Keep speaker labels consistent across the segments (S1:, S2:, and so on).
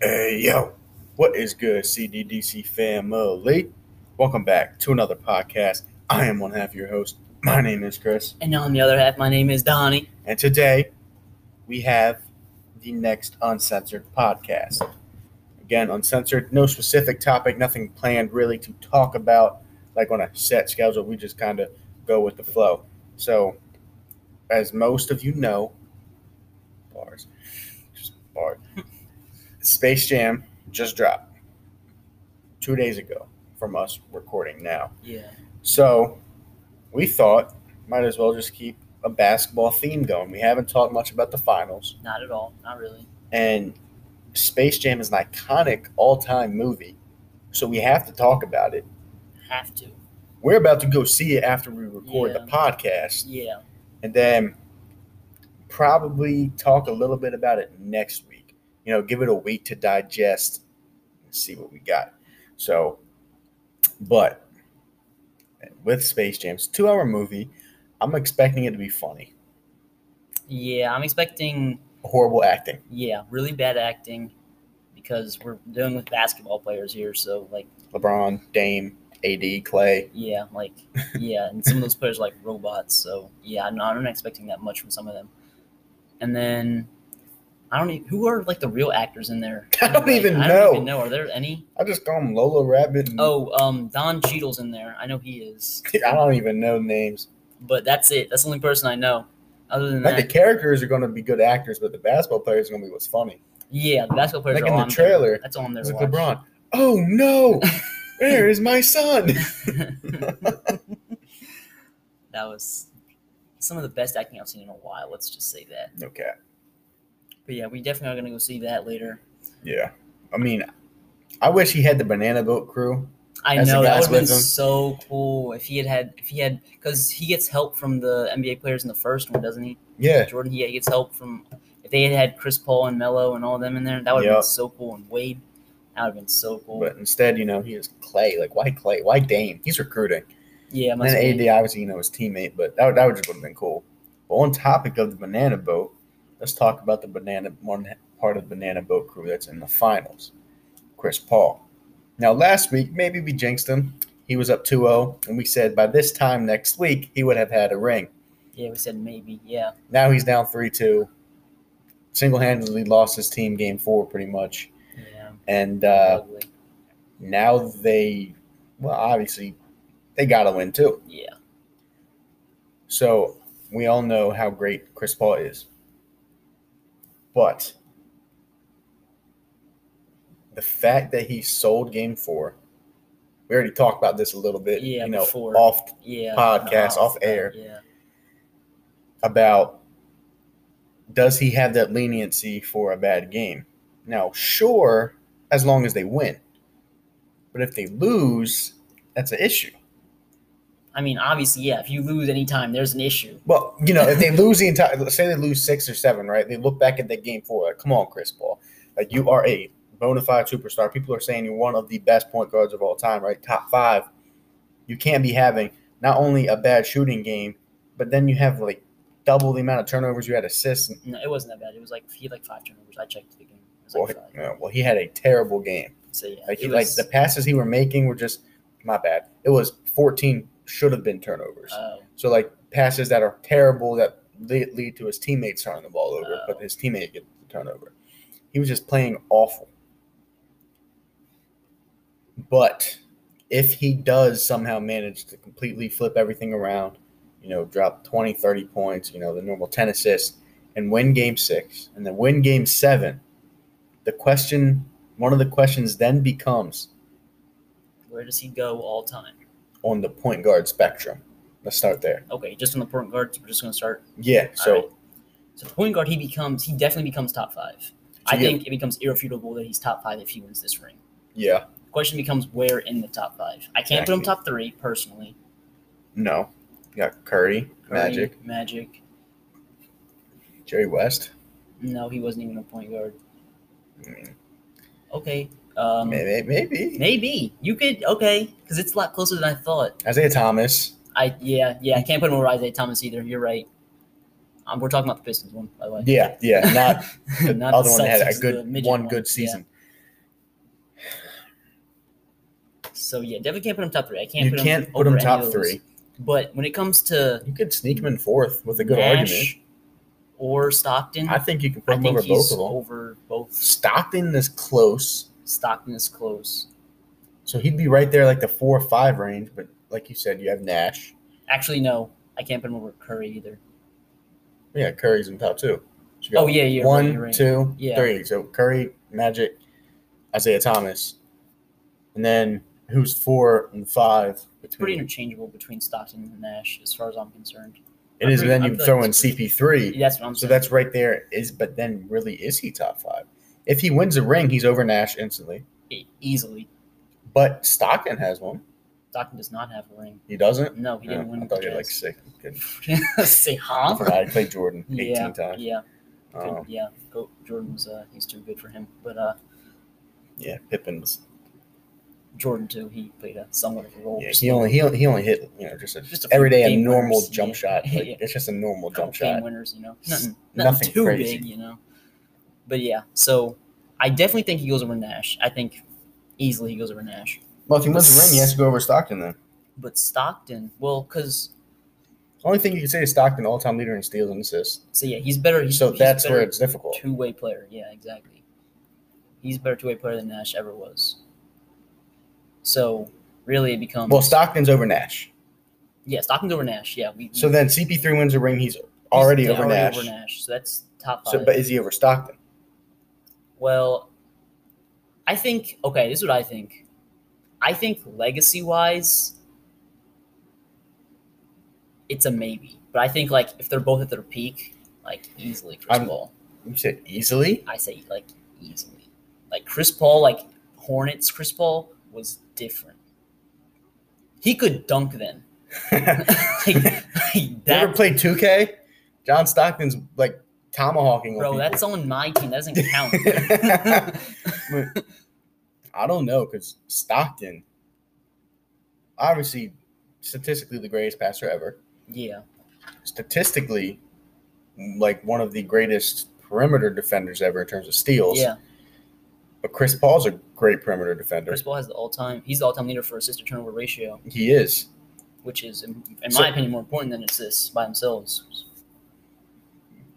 S1: Hey yo, what is good, CDDC family? Welcome back to another podcast. I am one half your host. My name is Chris,
S2: And on the other half, my name is Donnie.
S1: and today we have the next uncensored podcast. Again, uncensored, no specific topic, nothing planned really to talk about, like on a set schedule. We just kind of go with the flow. So, as most of you know, bars, just bars. Space Jam just dropped two days ago from us recording now.
S2: Yeah.
S1: So we thought might as well just keep a basketball theme going. We haven't talked much about the finals,
S2: Not at all. Not really.
S1: and Space Jam is an iconic all time movie. So we have to talk about it.
S2: Have to.
S1: We're about to go see it after we record the
S2: Yeah.
S1: podcast
S2: Yeah.
S1: and then probably talk a little bit about it next week. You know, give it a week to digest and see what we got. So, but with Space Jam's two hour movie, I'm expecting it to be funny.
S2: Yeah. I'm expecting,
S1: Horrible acting.
S2: yeah, really bad acting because we're dealing with basketball players here. So, like,
S1: LeBron, Dame, AD, Clay.
S2: yeah, like, yeah. And some of those players are like robots. So, yeah, I'm not, I'm not expecting that much from some of them. And then, I don't even, who are like the real actors in there?
S1: I don't
S2: Like,
S1: even
S2: I
S1: know.
S2: don't even know. Are there any?
S1: I just call him Lola Rabbit. And
S2: Oh, um, Don Cheadle's in there. I know he is.
S1: I don't even know names.
S2: But that's it. That's the only person I know. Other than
S1: Like
S2: that,
S1: the characters are going to be good actors, but the basketball players are going to be what's funny.
S2: Yeah, the basketball players
S1: Like in
S2: are all
S1: the
S2: I'm there.
S1: trailer,
S2: That's all I'm there.
S1: It's
S2: to
S1: like
S2: watch.
S1: LeBron. Oh no, where is my son?
S2: that was some of the best acting I've seen in a while. Let's just say that.
S1: No cap.
S2: But yeah, we definitely are gonna go see that later.
S1: Yeah. I mean, I wish he had the banana boat crew.
S2: I
S1: As the
S2: know that would
S1: guys
S2: have been
S1: with him.
S2: so cool if he had had if he had because he gets help from the NBA players in the first one, doesn't he?
S1: Yeah.
S2: Jordan, he gets help from if they had had Chris Paul and Melo and all them in there, that would have
S1: Yep.
S2: been so cool. And Wade, that would have been so cool.
S1: But instead, you know, he is Clay. Like, why Clay? Why Dame? He's recruiting.
S2: yeah,
S1: And then
S2: must
S1: AD,
S2: be.
S1: obviously, you know, his teammate, but that, would- that would just would have been cool. But on topic of the banana boat, let's talk about the banana one part of the banana boat crew that's in the finals. Chris Paul. Now, last week, maybe we jinxed him. He was up 2 0, and we said by this time next week, he would have had a ring.
S2: yeah, we said maybe. Yeah,
S1: Now he's down 3 2. Single handedly lost his team game four, pretty much.
S2: yeah.
S1: And uh,
S2: ugly.
S1: now they, well, obviously, they got to win too.
S2: Yeah,
S1: So we all know how great Chris Paul is. But the fact that he sold game four, we already talked about this a little bit,
S2: Yeah,
S1: you know,
S2: before.
S1: off
S2: yeah.
S1: Podcast, off
S2: that,
S1: air.
S2: Yeah.
S1: about does he have that leniency for a bad game? Now, sure, as long as they win. But if they lose, that's an issue.
S2: I mean, obviously, yeah. If you lose any time, there's an issue.
S1: Well, you know, if they lose the entire, let's say they lose six or seven, right? They look back at that game four, like, come on, Chris Paul, like you are a bona fide superstar. People are saying you're one of the best point guards of all time, right? Top five. You can't be having not only a bad shooting game, but then you have like double the amount of turnovers you had assists. And,
S2: No, it wasn't that bad. It was like he had like five turnovers. I checked the game. It was
S1: well,
S2: like
S1: he,
S2: five.
S1: yeah, well, he had a terrible game.
S2: So yeah,
S1: Like, he,
S2: it
S1: like
S2: was,
S1: the passes he were making were just my bad. It was 14 should have been turnovers.
S2: oh,
S1: So like passes that are terrible that lead, lead to his teammates turning the ball over, but
S2: Oh.
S1: his teammate gets the turnover. He was just playing awful. But if he does somehow manage to completely flip everything around, you know, drop 20, 30 points, you know, the normal 10 assists and win game 6 and then win game 7, the question one of the questions then becomes
S2: where does he go all time?
S1: on the point guard spectrum. Let's start there.
S2: Okay, just on the point guard. We're just gonna start.
S1: Yeah, so
S2: All right. So the point guard, he becomes. He definitely becomes top five. I
S1: you-
S2: think it becomes irrefutable that he's top five if he wins this ring.
S1: yeah,
S2: Question becomes where in the top five. I can't put him
S1: Exactly.
S2: top three personally.
S1: No. You got Curry,
S2: Curry,
S1: Magic,
S2: Magic.
S1: Jerry West.
S2: No, he wasn't even a point guard.
S1: I mean,
S2: Okay. Um,
S1: maybe, maybe.
S2: Maybe you could okay, because it's a lot closer than I thought.
S1: Isaiah Thomas.
S2: I yeah yeah I can't put him over Isaiah Thomas either. You're right. Um, we're talking about the Pistons one by the way.
S1: Yeah, yeah. Not the
S2: Not
S1: other
S2: the
S1: one that had a
S2: Celtics, the
S1: good
S2: midget
S1: one
S2: one,
S1: good
S2: yeah.
S1: season.
S2: So yeah, definitely can't put him top three. I can't.
S1: You
S2: put
S1: can't
S2: him
S1: put him
S2: over any
S1: top
S2: of those.
S1: three.
S2: But when it comes to
S1: You could sneak him in fourth with a good
S2: Nash or Stockton,
S1: argument. I think you can
S2: I
S1: put him
S2: think
S1: over both
S2: he's
S1: of them.
S2: over both.
S1: Stockton is close,
S2: Stockton is close.
S1: so he'd be right there like the four or five range. But like you said, you have Nash.
S2: Actually, no, I can't put him over Curry either.
S1: Yeah, Curry's in top two. So you
S2: Oh
S1: got
S2: yeah, you're
S1: one,
S2: right, you're right.
S1: two,
S2: Yeah.
S1: three. So Curry, Magic, Isaiah Thomas, and then who's four and five
S2: Pretty
S1: between?
S2: interchangeable between Stockton and Nash, as far as I'm concerned.
S1: It is.
S2: I'm
S1: but Then
S2: pretty-
S1: you
S2: I'm
S1: throw
S2: like-
S1: in CP three.
S2: That's what I'm
S1: So
S2: saying.
S1: that's right there. Is but then really is he top five? If he wins a ring, he's over Nash instantly.
S2: E- easily.
S1: But Stockton has one.
S2: Stockton does not have a ring.
S1: He doesn't.
S2: No, he didn't
S1: Oh,
S2: win.
S1: I
S2: with
S1: thought
S2: the
S1: you were like
S2: Jazz.
S1: sick. Good.
S2: Say huh?
S1: I forgot. I played Jordan eighteen
S2: yeah,
S1: times.
S2: yeah,
S1: Yeah. Um,
S2: yeah. Go, Jordan was uh, he's too good for him, but uh,
S1: yeah, Pippen was.
S2: Jordan too. He played a somewhat of a role.
S1: Yeah, he only he, only- he only hit you know just a,
S2: Just a few
S1: everyday a
S2: game
S1: normal
S2: winners,
S1: jump
S2: yeah.
S1: shot. Like,
S2: Yeah.
S1: It's just a normal
S2: couple
S1: jump
S2: game
S1: shot.
S2: winners, you know,
S1: S-
S2: nothing, nothing,
S1: nothing
S2: too
S1: crazy.
S2: big, you know. But yeah, so I definitely think he goes over Nash. I think easily he goes over Nash.
S1: Well, if he wins the ring, he has to go over Stockton then.
S2: But Stockton, well, because
S1: Only thing you can say is Stockton all time leader in steals and assists.
S2: so yeah, he's better. He's,
S1: So
S2: he's
S1: that's where
S2: better
S1: it's difficult.
S2: two way player. Yeah, exactly. He's a better two way player than Nash ever was. So really, it becomes
S1: Well, Stockton's over Nash.
S2: yeah, Stockton's over Nash. Yeah, we
S1: So
S2: we-
S1: then CP3 wins a ring. He's
S2: he's
S1: already,
S2: yeah,
S1: over, Nash.
S2: So that's top five.
S1: So, but is he over Stockton?
S2: Well, I think okay, this is what I think. I think legacy wise, it's a maybe. But I think like if they're both at their peak, like easily Chris
S1: I'm-
S2: Paul.
S1: You said easily.
S2: I say like easily. Like Chris Paul, like Hornets Chris Paul was different. He could dunk then.
S1: you
S2: like, like
S1: ever
S2: that
S1: played 2K? John Stockton's like tomahawking.
S2: bro,
S1: on
S2: that's on my team. That doesn't count.
S1: But I don't know because Stockton, obviously, statistically the greatest passer ever.
S2: yeah.
S1: Statistically, like one of the greatest perimeter defenders ever in terms of steals.
S2: Yeah.
S1: But Chris Paul's a great perimeter defender.
S2: Chris Paul has the all time. He's the all time leader for assist to turnover ratio,
S1: He is.
S2: which is, in, in
S1: So-
S2: my opinion, more important than assists by themselves.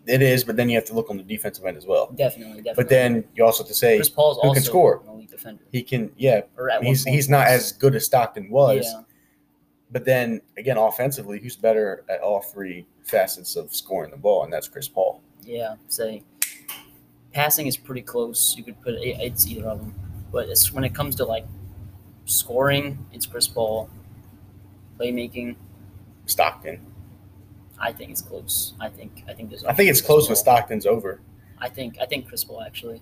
S1: It is, but then you have to look on the defensive end as well.
S2: Definitely, definitely.
S1: But then you also have to say
S2: Chris Paul's
S1: who can
S2: also
S1: score?
S2: an elite defender.
S1: he can, yeah,
S2: Or at one
S1: he's
S2: point
S1: he's not as good as Stockton was.
S2: Yeah,
S1: But then again, offensively, who's better at all three facets of scoring the ball, and that's Chris Paul.
S2: yeah. Say, passing is pretty close. You could put it, it's either of them, but it's, when it comes to like scoring, it's Chris Paul. Playmaking,
S1: Stockton.
S2: I think it's close. I think I think there's.
S1: I think it's
S2: Chris
S1: close when
S2: Paul.
S1: Stockton's over.
S2: I think I think Chris Paul actually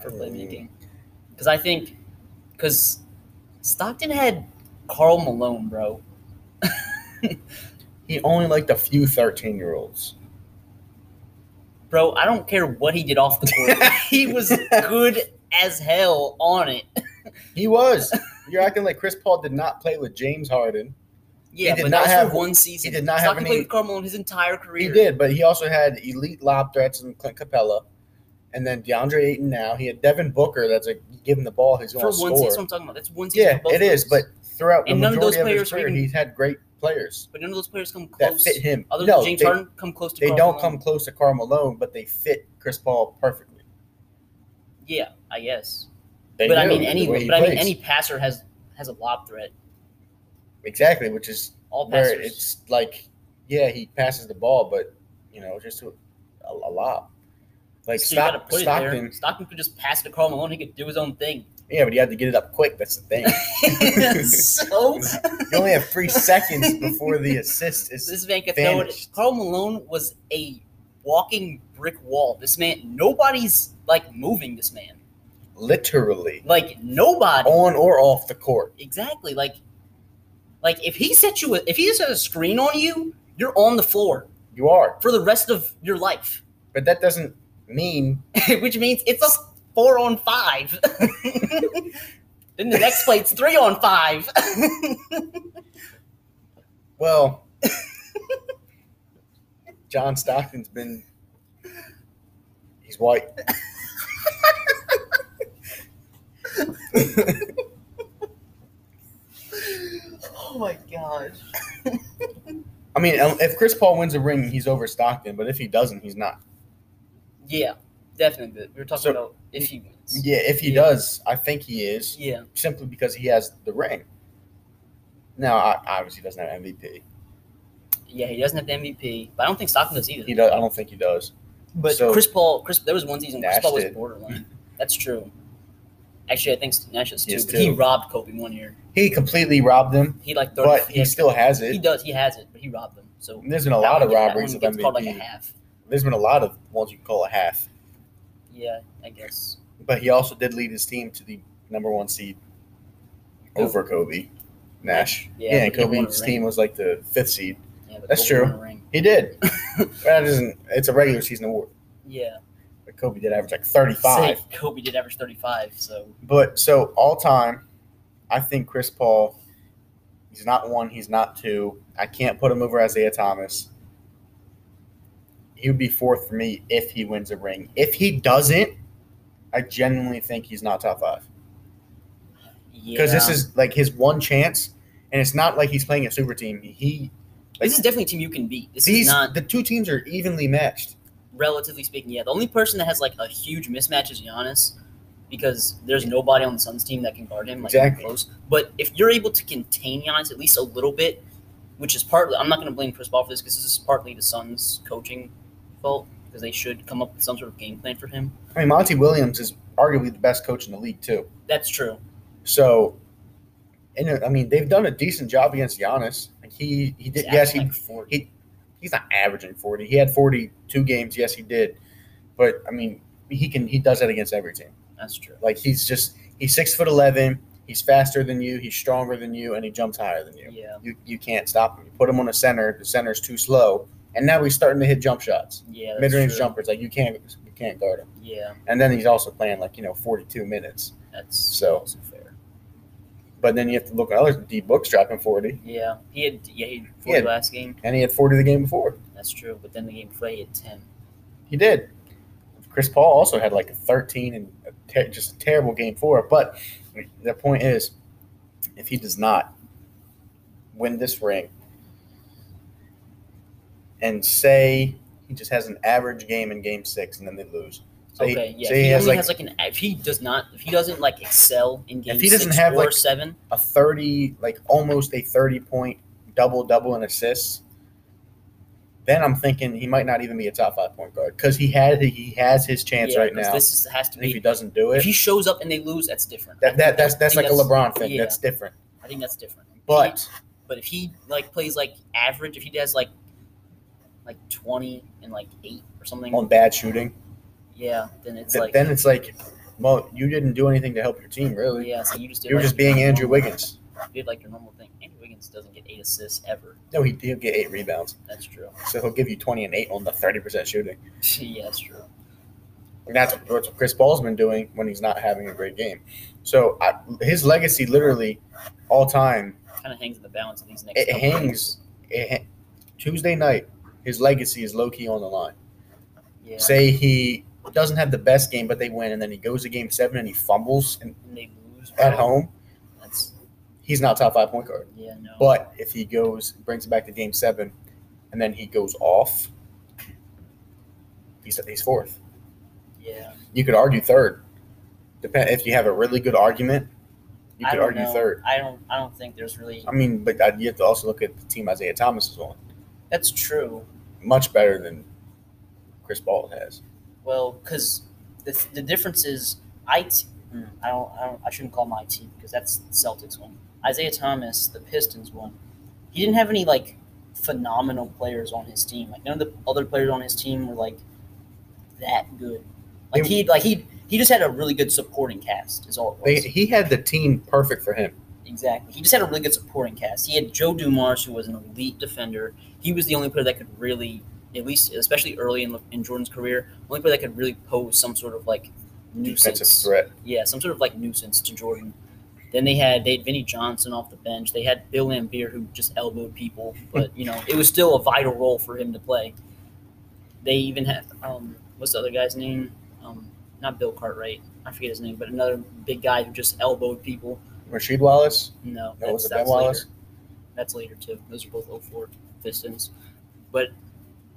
S2: for
S1: Mm.
S2: playmaking because I think because Stockton had Carl Malone, bro.
S1: He only liked a few thirteen-year-olds.
S2: Bro, I don't care what he did off the court. he was good as hell on it.
S1: He was. You're acting like Chris Paul did not play with James Harden.
S2: Yeah,
S1: did
S2: but
S1: not
S2: that was
S1: have-
S2: for one season.
S1: he did not have
S2: Stockton
S1: any-
S2: played with Carl Malone his entire
S1: He
S2: career.
S1: did, but he also had elite lob threats and Clint Capella, and then DeAndre Ayton. Now he had Devin Booker. That's like you give him the ball, he's
S2: for
S1: going to score.
S2: one season. That's what I'm talking about. That's one season.
S1: yeah,
S2: for both
S1: it is.
S2: players.
S1: But throughout the
S2: And none of those
S1: majority of, his
S2: players were
S1: career,
S2: even-
S1: he's had great players
S2: but none of those players come
S1: that
S2: close.
S1: fit him.
S2: Other
S1: no,
S2: than James
S1: they,
S2: Harden, come close to.
S1: they
S2: Karl
S1: don't
S2: Malone.
S1: come close to Carl Malone, but they fit Chris Paul perfectly.
S2: Yeah, I guess.
S1: They
S2: but I
S1: do,
S2: mean,
S1: the
S2: any
S1: way he
S2: but I mean,
S1: plays.
S2: any passer has has a lob threat.
S1: exactly, which is
S2: All
S1: where
S2: passers.
S1: it's like, yeah, he passes the ball, but you know, just a, a, a lot. Like
S2: so you gotta
S1: Stock,
S2: put it there.
S1: Stockton,
S2: Stockton could just pass to Carl Malone. He could do his own thing.
S1: yeah, but he had to get it up quick. That's the thing.
S2: so
S1: you only have three seconds before the assist is.
S2: This man could throw it.
S1: Vanished.
S2: Carl Malone was a walking brick wall. This man, nobody's like moving this man.
S1: Literally
S2: Like nobody.
S1: on or off the court.
S2: Exactly. Like, like if he set you, a, if he just has a screen on you, you're on the floor
S1: You are,
S2: for the rest of your life,
S1: but that doesn't mean
S2: which means it's a four on five. then the next play, it's three on five.
S1: well. John Stockton's been. He's white. I mean, um, if Chris Paul wins a ring, he's over Stockton, but if he doesn't, he's not.
S2: Yeah, definitely. But we were talking
S1: So-
S2: about if he wins.
S1: Yeah, if he
S2: Yeah.
S1: does, I think he is
S2: Yeah.
S1: simply because he has the ring. Now, I, obviously, he doesn't have MVP.
S2: Yeah, he doesn't have the MVP, but I don't think Stockton does either.
S1: He does, I don't think he does.
S2: But
S1: So-
S2: Chris Paul, Chris, there was one season Chris
S1: Nash
S2: Paul was
S1: did.
S2: borderline. That's true. Actually, I think Nash is too.
S1: Yes,
S2: but He
S1: too.
S2: robbed Kobe one year.
S1: He completely robbed him,
S2: He like thirty.
S1: but he
S2: had-
S1: still has
S2: he
S1: it.
S2: does. He has it, but he robbed them. So
S1: There's been a
S2: that
S1: lot
S2: one
S1: of
S2: gets- that
S1: robberies
S2: one
S1: of
S2: gets called like a
S1: MVP.
S2: half.
S1: There's been a lot of ones you can call a half.
S2: Yeah, I guess.
S1: But he also did lead his team to the number one seed
S2: Who?
S1: over Kobe Nash.
S2: Yeah,
S1: Yeah, and
S2: but he won a
S1: Kobe's
S2: ring.
S1: team was like the fifth seed.
S2: Yeah, but
S1: That's
S2: Kobe won
S1: true.
S2: a ring.
S1: He did. that isn't. It's a regular season award.
S2: Yeah.
S1: But Kobe did average like thirty-five.
S2: Say Kobe did average thirty-five. So
S1: But so all time, I think Chris Paul. He's not one. He's not two. I can't put him over Isaiah Thomas. He would be fourth for me if he wins a ring. If he doesn't, I genuinely think he's not top five.
S2: yeah.
S1: because this is like his one chance, and it's not like he's playing a super team. He
S2: this is definitely a team you can beat. This
S1: these
S2: is not
S1: the two teams are evenly matched.
S2: relatively speaking, yeah, the only person that has like a huge mismatch is Giannis because there's nobody on the Suns team that can guard him like
S1: Exactly.
S2: close. But if you're able to contain Giannis at least a little bit, which is partly I'm not going to blame Chris Paul for this because this is partly the Suns coaching fault because they should come up with some sort of game plan for him.
S1: I mean, Monty Williams is arguably the best coach in the league too.
S2: That's true.
S1: So, and uh, I mean, they've done a decent job against Giannis. Like he he did.
S2: He's
S1: Yes,
S2: averaging,
S1: he
S2: like 40.
S1: he he's not averaging forty. He had forty two games. Yes, he did. But I mean, he can he does that against every team.
S2: That's true.
S1: Like he's just he's six foot eleven. He's faster than you. He's stronger than you, and he jumps higher than you.
S2: Yeah,
S1: you, you can't stop him. You put him on a center, the center's too slow, and now he's starting to hit jump shots,
S2: yeah, that's
S1: mid range
S2: true.
S1: jumpers. Like you can't you can't guard him.
S2: Yeah,
S1: And then he's also playing like you know 42 minutes.
S2: that's
S1: So-
S2: also fair.
S1: But then you have to look at other D books dropping 40,
S2: Yeah, he had yeah he had
S1: He had-
S2: 40 last game.
S1: and he had 40 the game before.
S2: That's true. But then the game before he had ten.
S1: He did. Chris Paul also had like a 13 and a ter- just a terrible game four. But the point is, if he does not win this ring, and say he just has an average game in game six, and then they lose. Say,
S2: Okay, yeah.
S1: say
S2: if
S1: he
S2: he,
S1: has
S2: only
S1: like,
S2: has like an if he does not if he doesn't like excel in game
S1: If he doesn't
S2: six
S1: have,
S2: or
S1: like-
S2: seven,
S1: a 30, like almost a 30 point double double in assists. Then I'm thinking he might not even be a top five point guard because he had he has his chance
S2: yeah,
S1: right
S2: 'cause
S1: now.
S2: This is, has to
S1: and if he
S2: be
S1: doesn't do it,
S2: if he shows up and they lose, that's different.
S1: That, that that's that's
S2: I
S1: like
S2: think
S1: a LeBron thing.
S2: yeah.
S1: That's different.
S2: I think that's different.
S1: But
S2: but if he like plays like average, if he does like like twenty and like eight or something,
S1: on bad shooting,
S2: yeah, then it's
S1: th-
S2: like
S1: then it's like, well, you didn't do anything to help your team, really.
S2: oh, yeah, so you just did
S1: you were
S2: like
S1: just
S2: your
S1: being Andrew
S2: normal-
S1: Wiggins.
S2: you did like your normal thing. Andrew Wiggins doesn't get eight assists ever.
S1: No, he, he'll get eight rebounds,
S2: That's true.
S1: so he'll give you twenty and eight on the thirty percent shooting.
S2: yeah, that's true.
S1: And that's what that's what Chris Paul's been doing when he's not having a great game. So I, his legacy, literally, all time,
S2: Kind of hangs in the balance of these next.
S1: it
S2: couple years.
S1: hangs. It, ha- Tuesday night, his legacy is low key on the line.
S2: Yeah,
S1: Say he doesn't have the best game, but they win, and then he goes to game seven and he fumbles and,
S2: and they lose
S1: at
S2: bro.
S1: home.
S2: That's
S1: he's not top five point guard.
S2: yeah no.
S1: But if he goes brings it back to game seven, and then he goes off, he's he's fourth.
S2: yeah.
S1: You could argue third. Depend if you have a really good argument, you
S2: I
S1: could
S2: don't
S1: argue
S2: know.
S1: third.
S2: I don't. I don't think there's really.
S1: I mean, but I, you have to also look at the team Isaiah Thomas is on,
S2: That's true.
S1: much better than Chris Paul has.
S2: Well, because the, the difference is I. T- mm, I don't. I don't. I shouldn't call my team because that's the Celtics one. Isaiah Thomas, the Pistons one. He didn't have any like phenomenal players on his team. Like none of the other players on his team were like that good. Like
S1: They-
S2: he like he he just had a really good supporting cast. Is all it was.
S1: They, he had the team perfect for him.
S2: Exactly. He just had a really good supporting cast. He had Joe Dumars, who was an elite defender. He was the only player that could really, at least especially early in, in Jordan's career, only player that could really pose some sort of like
S1: Defensive
S2: nuisance.
S1: threat.
S2: Yeah, some sort of like nuisance to Jordan. Then they had they had Vinny Johnson off the bench. They had Bill Lambier who just elbowed people, but you know it was still a vital role for him to play. They even had um, what's the other guy's name? Um, not Bill Cartwright. I forget his name, but another big guy who just elbowed people.
S1: Rasheed Wallace.
S2: No,
S1: No, was
S2: that's,
S1: it Ben
S2: that's
S1: Wallace?
S2: later. That's later too. Those are both 04. Pistons, but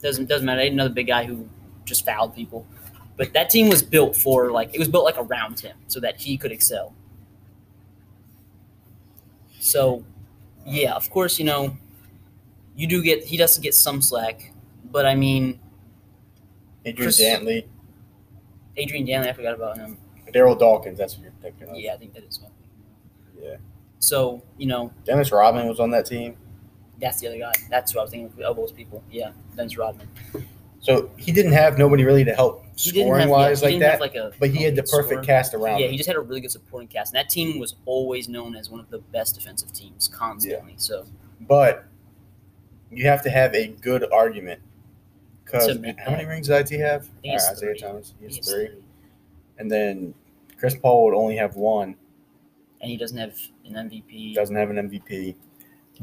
S2: doesn't doesn't matter. They had another big guy who just fouled people, but that team was built for like it was built like around him so that he could excel. So, yeah, of course, you know, you do get he doesn't get some slack, but I mean,
S1: Adrian
S2: Chris-
S1: Dantley,
S2: Adrian Danley, I forgot about him.
S1: Daryl Dawkins. That's what you're thinking of.
S2: Yeah, I think that is one.
S1: Yeah.
S2: So you know,
S1: Dennis Rodman was on that team. That's
S2: that's the other guy. That's what I was thinking. With elbows, people. Yeah, Dennis Rodman.
S1: So he didn't have nobody really to help
S2: He didn't have-
S1: scoring
S2: yeah,
S1: wise
S2: he
S1: like
S2: didn't have,
S1: that,
S2: like a,
S1: but he had the
S2: elite
S1: perfect
S2: scorer.
S1: cast around.
S2: Yeah,
S1: him.
S2: he just had a really good supporting cast, and that team was always known as one of the best defensive teams constantly. So
S1: but you have to have a good argument. Because
S2: To make
S1: how many
S2: that.
S1: rings did IT have?
S2: I think it's
S1: Alright, Isaiah
S2: three.
S1: Thomas, he has
S2: he's
S1: three, and then Chris Paul would only have one.
S2: and he doesn't have an MVP.
S1: He doesn't have an MVP,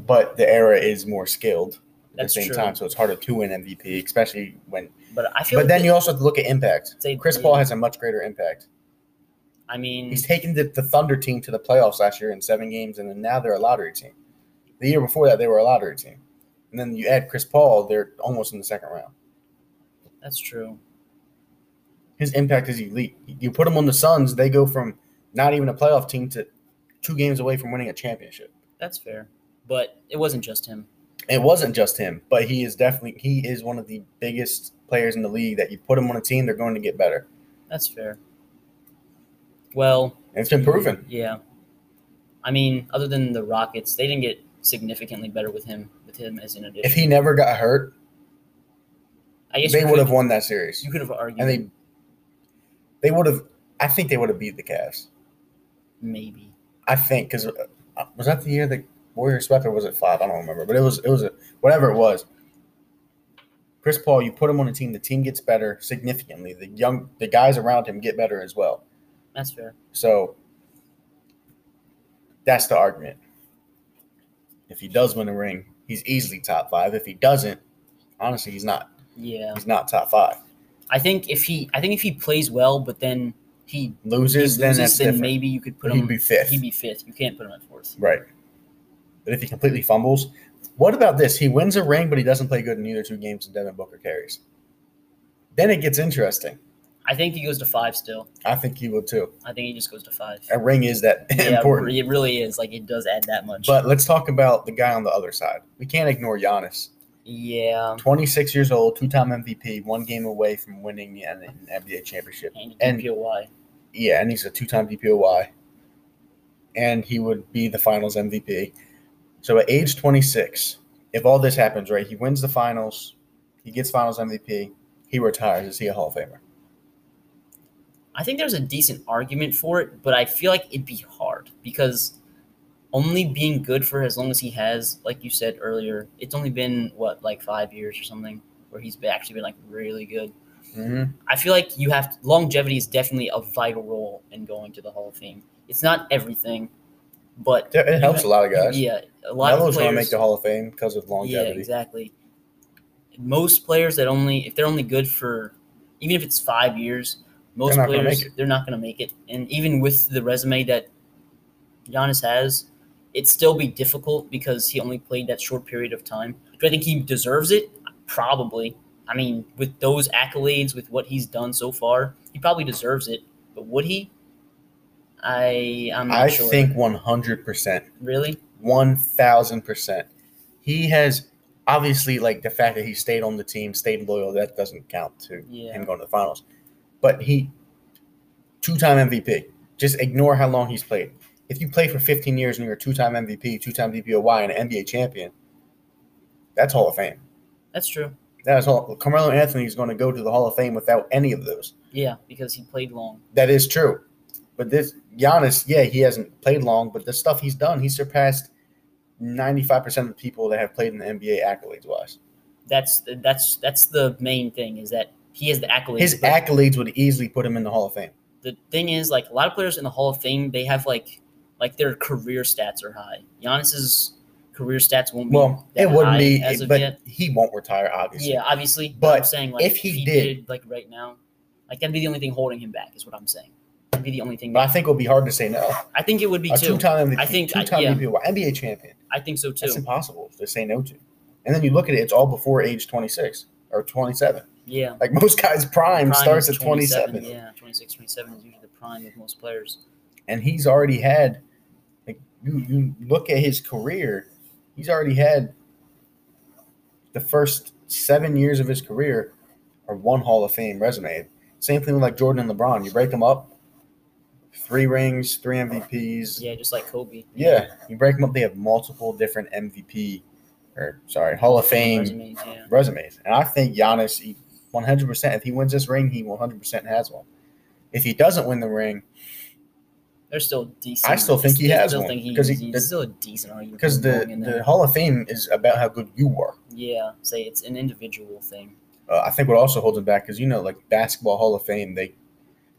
S1: but the era is more skilled at
S2: That's
S1: the same
S2: true.
S1: time, so it's harder to win MVP, especially when.
S2: But I feel.
S1: But
S2: like
S1: then
S2: they-
S1: you also have to look at impact.
S2: they-
S1: Chris Paul has a much greater impact.
S2: I mean,
S1: He's taken the, the Thunder team to the playoffs last year in seven games, and then now they're a lottery team. The year before that, they were a lottery team. And then you add Chris Paul, they're almost in the second round.
S2: that's true.
S1: His impact is elite. You put him on the Suns, they go from not even a playoff team to two games away from winning a championship.
S2: That's fair. But it wasn't just him.
S1: It wasn't just him, but he is definitely he is one of the biggest players in the league that you put him on a team, they're going to get better.
S2: That's fair. Well,
S1: And it's been proven.
S2: Yeah. I mean, other than the Rockets, they didn't get significantly better with him with him as an addition.
S1: If he never got hurt,
S2: I guess
S1: they
S2: you
S1: would
S2: could-
S1: have won that series.
S2: You could have argued
S1: And they they would have I think they would have beat the Cavs.
S2: maybe.
S1: I think because was that the year the Warriors swept or was it five? I don't remember, but it was it was a, whatever it was. Chris Paul, you put him on a team. The team gets better significantly. The young the guys around him get better as well.
S2: That's fair.
S1: So that's the argument. If he does win a ring, he's easily top five. If he doesn't, honestly, he's not.
S2: Yeah.
S1: He's not top five.
S2: I think if he I think if he plays well but then he, he
S1: Loses,
S2: loses,
S1: then that's
S2: then
S1: different.
S2: maybe you could put
S1: he'd
S2: him
S1: be fifth.
S2: he'd be fifth. You can't put him at fourth.
S1: Right. But if he completely fumbles, what about this? He wins a ring, but he doesn't play good in either two games, and Devin Booker carries. Then it gets interesting.
S2: I think he goes to five still.
S1: I think he will too.
S2: I think he just goes to five.
S1: A ring is that
S2: Yeah,
S1: important.
S2: It really is. Like it does add that much.
S1: But let's talk about the guy on the other side. We can't ignore Giannis.
S2: yeah.
S1: 26 years old, two time MVP, one game away from winning the N- NBA championship.
S2: And,
S1: And-
S2: DPOY.
S1: Yeah, and he's a two time DPOY. And he would be the finals MVP. So at age 26, if all this happens, right, he wins the finals, he gets finals MVP, he retires. Is he a Hall of Famer?
S2: I think there's a decent argument for it, but I feel like it'd be hard because only being good for as long as he has, like you said earlier, it's only been what like five years or something where he's been, actually been like really good.
S1: Mm-hmm.
S2: I feel like you have longevity is definitely a vital role in going to the Hall of Fame. It's not everything, but
S1: It helps a lot of guys.
S2: yeah, a lot
S1: Melo's going
S2: of players.
S1: to make the Hall of Fame because of
S2: Yeah,
S1: longevity.
S2: exactly. Most players that only if they're only good for even if it's five years, most
S1: not gonna
S2: players
S1: make it.
S2: they're not gonna make it. And even with the resume that Giannis has, it'd still be difficult because he only played that short period of time. Do I think he deserves it? Probably. I mean, with those accolades, with what he's done so far, he probably deserves it. But would he? I I'm not
S1: I
S2: sure.
S1: think 100%.
S2: really?
S1: One thousand percent. He has obviously like the fact that he stayed on the team, stayed loyal. That doesn't count to
S2: Yeah.
S1: him going to the finals. But he, two-time MVP. Just ignore how long he's played. If you play for fifteen years and you're a two-time MVP, two-time DPOY, and an NBA champion, that's Hall of Fame.
S2: That's true.
S1: That's all. Carmelo Anthony is going to go to the Hall of Fame without any of those.
S2: Yeah, because he played long.
S1: That is true. But this Giannis, yeah, he hasn't played long, but the stuff he's done, he surpassed ninety five percent of the people that have played in the NBA accolades wise.
S2: that's that's that's the main thing is that he has the accolades.
S1: His
S2: but
S1: accolades would easily put him in the Hall of Fame.
S2: the thing is, like a lot of players in the Hall of Fame, they have like like their career stats are high. Giannis's career stats won't be.
S1: Well,
S2: that
S1: it wouldn't
S2: high
S1: be,
S2: as of
S1: but
S2: yet.
S1: he won't retire, obviously.
S2: Yeah, obviously. But, I'm
S1: But
S2: saying like
S1: if he did-
S2: like right now, like that'd be the only thing holding him back is what I'm saying. That'd be the only thing.
S1: But I
S2: That,
S1: think it would be hard to say no.
S2: I think it would be
S1: A
S2: too.
S1: two time MVP,
S2: I think- I-
S1: two time
S2: yeah.
S1: MVP, NBA champion.
S2: I think so too.
S1: That's impossible to say no to. And then you look at it; it's all before age twenty six or twenty seven.
S2: Yeah.
S1: Like most guys' prime,
S2: Prime
S1: starts
S2: is
S1: at twenty seven,
S2: Yeah, 26, 27 is usually the prime with most players.
S1: and he's already had. Like you, you look at his career; he's already had the first seven years of his career are one Hall of Fame resume. Same thing with like Jordan and LeBron. You break them up, three rings, three MVPs,
S2: Yeah, just like Kobe.
S1: Yeah, you break them up. They have multiple different MVP or sorry Hall of Fame
S2: Resumes, yeah.
S1: resumes, and I think Giannis, he, 100%. If he wins this ring, he 100% has one. If he doesn't win the ring,
S2: They're still decent.
S1: I still think he
S2: I
S1: has
S2: still
S1: one,
S2: think he-
S1: because he-
S2: he's
S1: the-
S2: still a decent argument.
S1: because
S2: for
S1: the
S2: going in
S1: the
S2: there.
S1: Hall of Fame is about how good you were.
S2: yeah, say it's an individual thing.
S1: Uh, I think what also holds him back is you know like basketball Hall of Fame they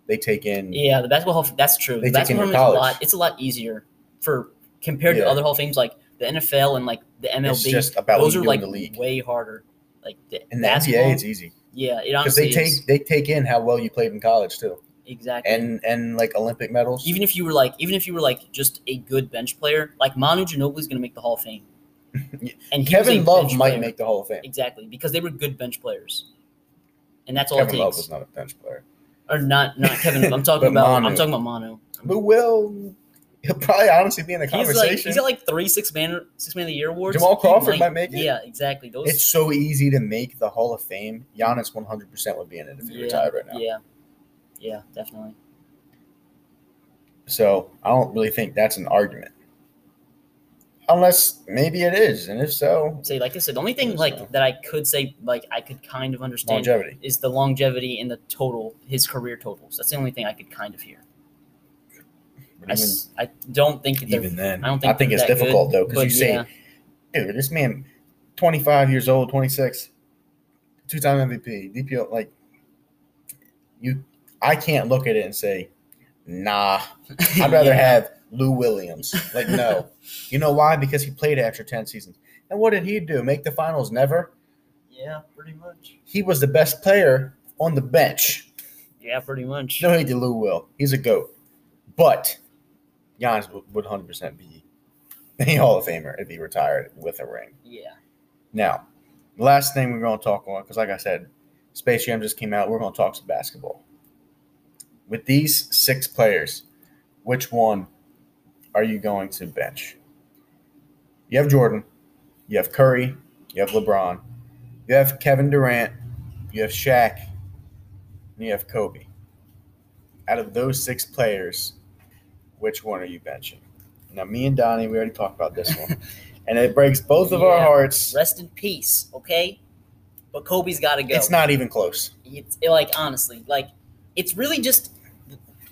S1: they take in
S2: Yeah, the basketball hall. of- That's true.
S1: Mm. They
S2: The
S1: take him
S2: basketball
S1: to
S2: hall of fame is a
S1: college.
S2: lot. It's a lot easier for compared
S1: Yeah.
S2: to other hall of fames like the NFL and like the MLB.
S1: it's just about
S2: those
S1: what you
S2: are
S1: do
S2: like
S1: in the league.
S2: way harder. Like the
S1: In the
S2: basketball,
S1: NBA, it's easy
S2: yeah, it
S1: because
S2: honestly
S1: they take
S2: is.
S1: they take in how well you played in college too,
S2: exactly.
S1: and and like Olympic medals.
S2: even if you were like, even if you were like just a good bench player, like Manu Ginobili's going to make the Hall of Fame. And he was a
S1: Kevin Love
S2: bench
S1: might
S2: player.
S1: make the Hall of Fame.
S2: exactly because they were good bench players, and that's all
S1: Kevin
S2: it
S1: Love
S2: takes.
S1: was not a bench player.
S2: or not, not Kevin. I'm
S1: But
S2: talking about.
S1: Manu.
S2: I'm talking about Manu.
S1: But will he'll probably honestly be in the
S2: He's like
S1: conversation.
S2: he's got like three six man six man of the year awards.
S1: Jamal
S2: He
S1: Crawford might make it.
S2: Yeah, exactly. Those.
S1: it's so easy to make the Hall of Fame. Giannis 100% would be in it if he
S2: yeah,
S1: retired right now.
S2: Yeah, yeah, definitely.
S1: So I don't really think that's an argument. Unless maybe it is. And if so,
S2: Say like I said, the only
S1: Yeah,
S2: thing like
S1: so.
S2: that I could say like I could kind of understand
S1: longevity.
S2: is the longevity and the total his career totals. That's the only thing I could kind of hear. I,
S1: But Even,
S2: s- I don't think that they're
S1: even then,
S2: I don't think
S1: it's
S2: they're that
S1: difficult, though, because
S2: but
S1: you say,
S2: yeah.
S1: dude, this man, 25 years old, 26, two time MVP, DPO, like, you, I can't look at it and say, nah, I'd rather
S2: Yeah.
S1: have Lou Williams. Like, no. you know why? Because he played after 10 seasons. And what did he do? Make the finals? Never.
S2: Yeah, pretty much.
S1: He was the best player on the bench.
S2: Yeah, pretty much.
S1: No hate to Lou Will. He's a GOAT. But Giannis would- would 100% be a Hall of Famer if he retired with a ring.
S2: Yeah.
S1: Now, the last thing we're going to talk on, because like I said, Space Jam just came out. We're going to talk some basketball. With these six players, which one are you going to bench? You have Jordan, you have Curry, you have LeBron, you have Kevin Durant, you have Shaq, and you have Kobe. Out of those six players, which one are you benching? Now, me and Donnie, we already talked about this one, and it breaks both of our
S2: Yeah.
S1: hearts.
S2: Rest in peace, okay? But Kobe's got to go.
S1: It's not even close.
S2: It's it, like honestly, like it's really just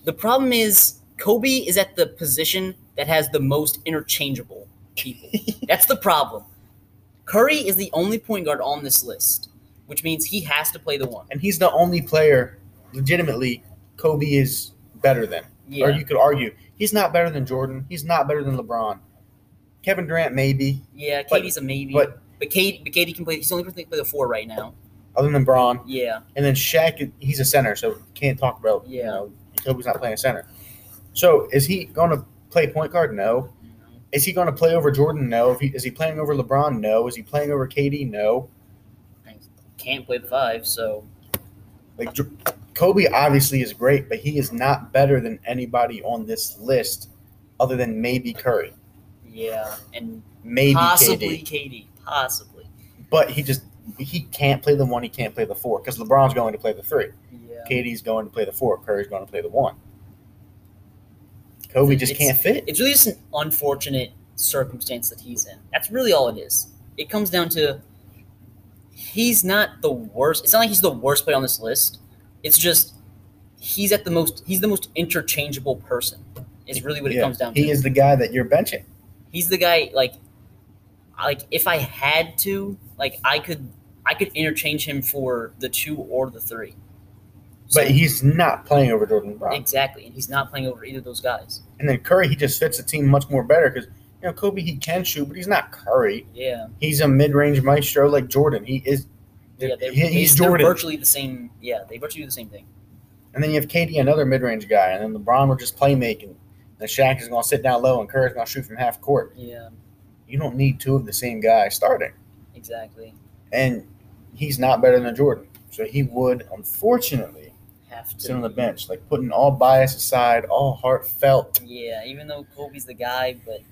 S2: the problem is Kobe is at the position that has the most interchangeable people. That's the problem. Curry is the only point guard on this list, which means he has to play the one.
S1: And he's the only player, legitimately, Kobe is better than.
S2: Yeah,
S1: Or you could argue he's not better than Jordan. He's not better than LeBron. Kevin Durant, maybe.
S2: yeah.
S1: but-
S2: Katie's a maybe, but
S1: But
S2: Katie, but Katie can play. He's the only person that can play the four right now.
S1: other than Braun,
S2: Yeah,
S1: and then Shaq, he's a center, so can't talk about, you
S2: Yeah.
S1: know, Kobe's not playing center. So is he going to play point guard? No. Is he going to play over Jordan? No. If he, is he playing over LeBron? No. Is he playing over KD? No.
S2: can't play the five. So
S1: Like J- Kobe obviously is great, but he is not better than anybody on this list other than maybe Curry.
S2: yeah, and
S1: maybe
S2: possibly
S1: KD,
S2: Katie, possibly.
S1: but he just he can't play the one. He can't play the four because LeBron's going to play the three.
S2: Yeah.
S1: KD's going to play the four. Curry's going to play the one. Kobe just
S2: It's-
S1: can't fit.
S2: it's really just an unfortunate circumstance that he's in. That's really all it is. It comes down to he's not the worst. It's not like he's the worst player on this list. It's just he's at the most. He's the most interchangeable person. Is really what it
S1: Yeah,
S2: comes down
S1: He
S2: to.
S1: is the guy that you're benching.
S2: He's the guy like like if I had to like I could I could interchange him for the two or the three. So-
S1: But he's not playing over Jordan Brown.
S2: exactly, and he's not playing over either of those guys.
S1: And then Curry, he just fits the team much more better because you know Kobe he can shoot, but he's not Curry.
S2: Yeah,
S1: He's a mid-range maestro like Jordan. He is.
S2: yeah, they're,
S1: he- he's
S2: they're
S1: Jordan.
S2: virtually the same. Yeah, they virtually do the same thing.
S1: And then you have KD, another mid-range guy, and then LeBron will just playmaking. And Shaq is going to sit down low, and Curry's going to shoot from half court.
S2: Yeah,
S1: You don't need two of the same guy starting.
S2: exactly.
S1: and he's not better than Jordan. So he would, unfortunately,
S2: Have to.
S1: sit on the bench. Like putting all bias aside, all heartfelt.
S2: Yeah, even though Kobe's the guy, but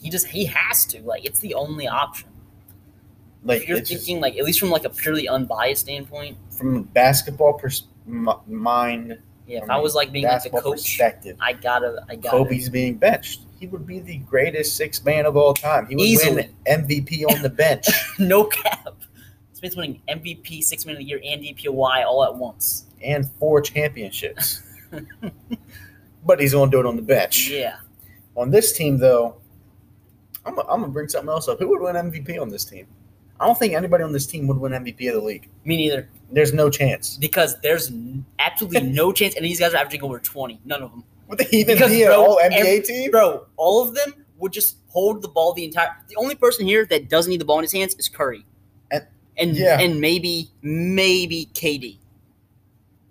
S2: he just he has to. Like it's the only option.
S1: Like
S2: if you're
S1: it's just-
S2: thinking like at least from like a purely unbiased standpoint,
S1: from a basketball pers- m- mind,
S2: yeah, if
S1: I
S2: I
S1: mean,
S2: was like being like a
S1: basketball
S2: coach,
S1: perspective,
S2: I gotta I gotta
S1: Kobe's being benched. He would be the greatest six man of all time. He would
S2: Easily.
S1: win MVP on the bench.
S2: no cap. Smith's winning MVP, six man of the year, and DPOY all at once.
S1: and four championships. but he's going to do it on the bench.
S2: Yeah.
S1: On this team, though, I'm going to bring something else up. Who would win MVP on this team? I don't think anybody on this team would win MVP of the league.
S2: Me neither.
S1: There's no chance.
S2: Because there's n- absolutely no chance and these guys are averaging over twenty. None of them.
S1: Would they even
S2: Because,
S1: be an
S2: bro,
S1: all NBA
S2: Hey,
S1: team?
S2: bro, all of them would just hold the ball the entire. The only person here that doesn't need the ball in his hands is Curry,
S1: And-
S2: and
S1: yeah.
S2: and maybe maybe KD.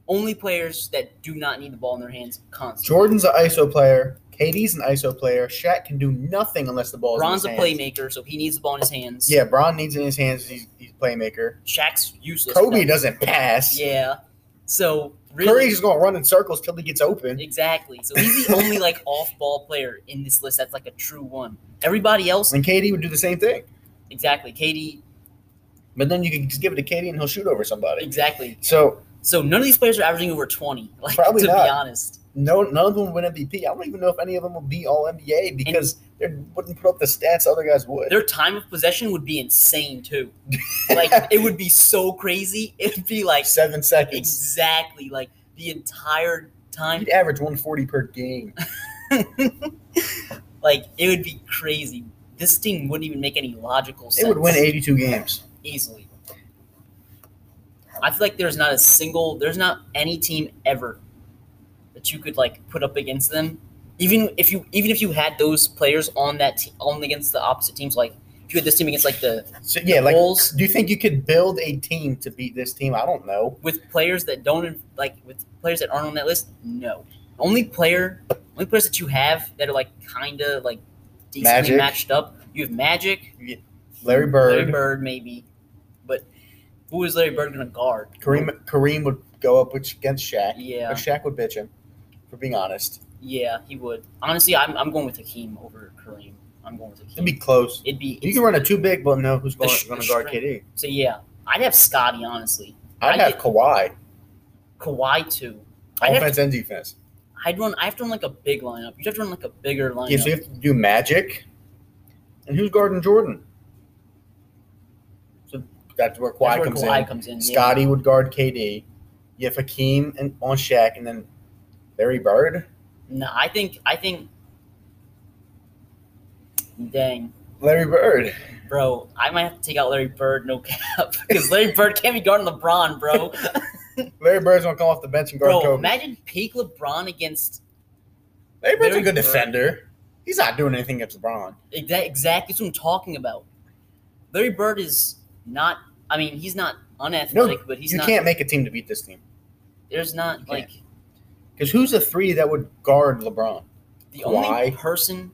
S2: Only players that do not need the ball in their hands constantly.
S1: Jordan's an ISO player. KD's an ISO player. Shaq can do nothing unless the ball is
S2: Bron's a
S1: in his hands.
S2: playmaker, so he needs the ball in his hands.
S1: Yeah, Bron needs it in his hands. He's, he's a playmaker.
S2: Shaq's useless.
S1: Kobe
S2: but-
S1: doesn't pass.
S2: Yeah, so really,
S1: Curry's just going to run in circles till he gets open.
S2: exactly. So he's the only like off-ball player in this list that's like a true one. Everybody else,
S1: And KD would do the same thing.
S2: exactly. KD,
S1: But then you can just give it to KD and he'll shoot over somebody.
S2: exactly.
S1: So
S2: So none of these players are averaging over twenty. Like
S1: Probably
S2: to
S1: not.
S2: be honest.
S1: no, none of them win MVP. I don't even know if any of them will be All NBA because they wouldn't put up the stats other guys would.
S2: their time of possession would be insane too. Like it would be so crazy. It'd be like
S1: seven seconds.
S2: exactly like the entire time.
S1: He'd average 140 per game.
S2: Like it would be crazy. This team wouldn't even make any logical sense.
S1: They would win 82 games.
S2: easily. I feel like there's not a single, there's not any team ever that you could like put up against them. Even if you, even if you had those players on that team, on against the opposite teams, like if you had this team against like the
S1: So yeah, like,
S2: Bulls.
S1: do you think you could build a team to beat this team? I don't know.
S2: with players that don't like with players that aren't on that list? No. Only player, only players that you have that are like kind of like decently
S1: Magic.
S2: matched up. You have Magic,
S1: Larry Bird,
S2: Larry Bird, maybe, but who is Larry Bird gonna guard?
S1: Kareem, Kareem would go up which against Shaq.
S2: Yeah,
S1: But Shaq would bitch him. For being honest,
S2: yeah, he would. Honestly, I'm, I'm going with Hakeem over Kareem. I'm going with
S1: it'd
S2: Hakeem.
S1: be close.
S2: It'd be
S1: You can run a two big, but no, who's
S2: The
S1: going,
S2: sh-
S1: going
S2: the
S1: to guard
S2: strength.
S1: KD?
S2: so yeah. I'd have Scotty honestly.
S1: I'd
S2: I
S1: have Kawhi,
S2: Kawhi too. I'd have,
S1: offense and defense.
S2: I'd run. I have to run like a big lineup. You'd have to run like a bigger lineup.
S1: Yeah, so you have to do magic. And who's guarding Jordan? So that's where Kawhi
S2: That's where
S1: comes
S2: Kawhi
S1: in.
S2: comes in. yeah.
S1: Scotty would guard KD. You have Hakeem and on Shaq, and then Larry Bird.
S2: No, I think I think. Dang,
S1: Larry Bird.
S2: bro, I might have to take out Larry Bird, no cap, because Larry Bird can't be guarding LeBron, bro.
S1: Larry Bird's gonna come off the bench and guard
S2: Bro,
S1: Kobe.
S2: imagine peak LeBron against
S1: Larry Bird's
S2: Larry
S1: a good
S2: Bird.
S1: defender. He's not doing anything against LeBron.
S2: exa- exactly what I'm talking about. Larry Bird is not. I mean, he's not unathletic, but he's
S1: you
S2: not.
S1: can't make a team to beat this team
S2: There's not
S1: you
S2: like
S1: can't. because who's the three that would guard LeBron?
S2: the only
S1: Kawhi.
S2: person.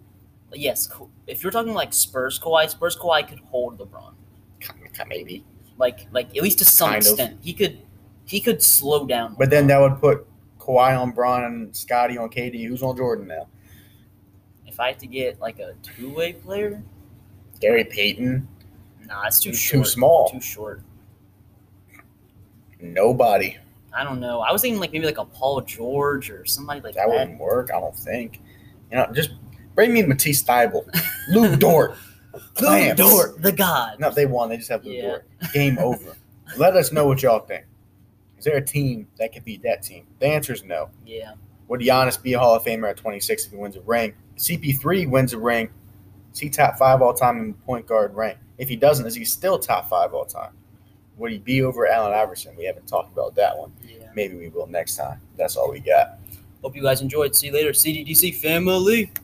S2: Yes, Ka- if you're talking like Spurs Kawhi, Spurs Kawhi could hold LeBron.
S1: Kind of, Maybe,
S2: Like, like at least to some
S1: Kind of.
S2: extent, he could, he could slow down.
S1: but then that would put Kawhi on Bron and Scotty on KD. Who's on Jordan now?
S2: If I had to get like a two way player,
S1: Gary Payton.
S2: nah, it's too
S1: Too
S2: short.
S1: small.
S2: Too short.
S1: Nobody.
S2: I don't know. I was thinking like maybe like a Paul George or somebody like
S1: That
S2: that.
S1: wouldn't work. I don't think. You know, just bring me Matisse Thybul, Lou Dort.
S2: Lou
S1: Clamps.
S2: Dort, the god.
S1: No, if they won. They just have Lou
S2: Yeah.
S1: Dort. Game over. Let us know what y'all think. Is there a team that could beat that team? The answer is no.
S2: Yeah,
S1: Would Giannis be a Hall of Famer at 26 if he wins a ring? CP3 wins a ring. Is he top five all time in point guard rank? If he doesn't, is he still top five all time? Would he be over Allen Iverson? We haven't talked about that one.
S2: yeah.
S1: Maybe we will next time. That's all we got.
S2: Hope you guys enjoyed. See you later, CDDC family.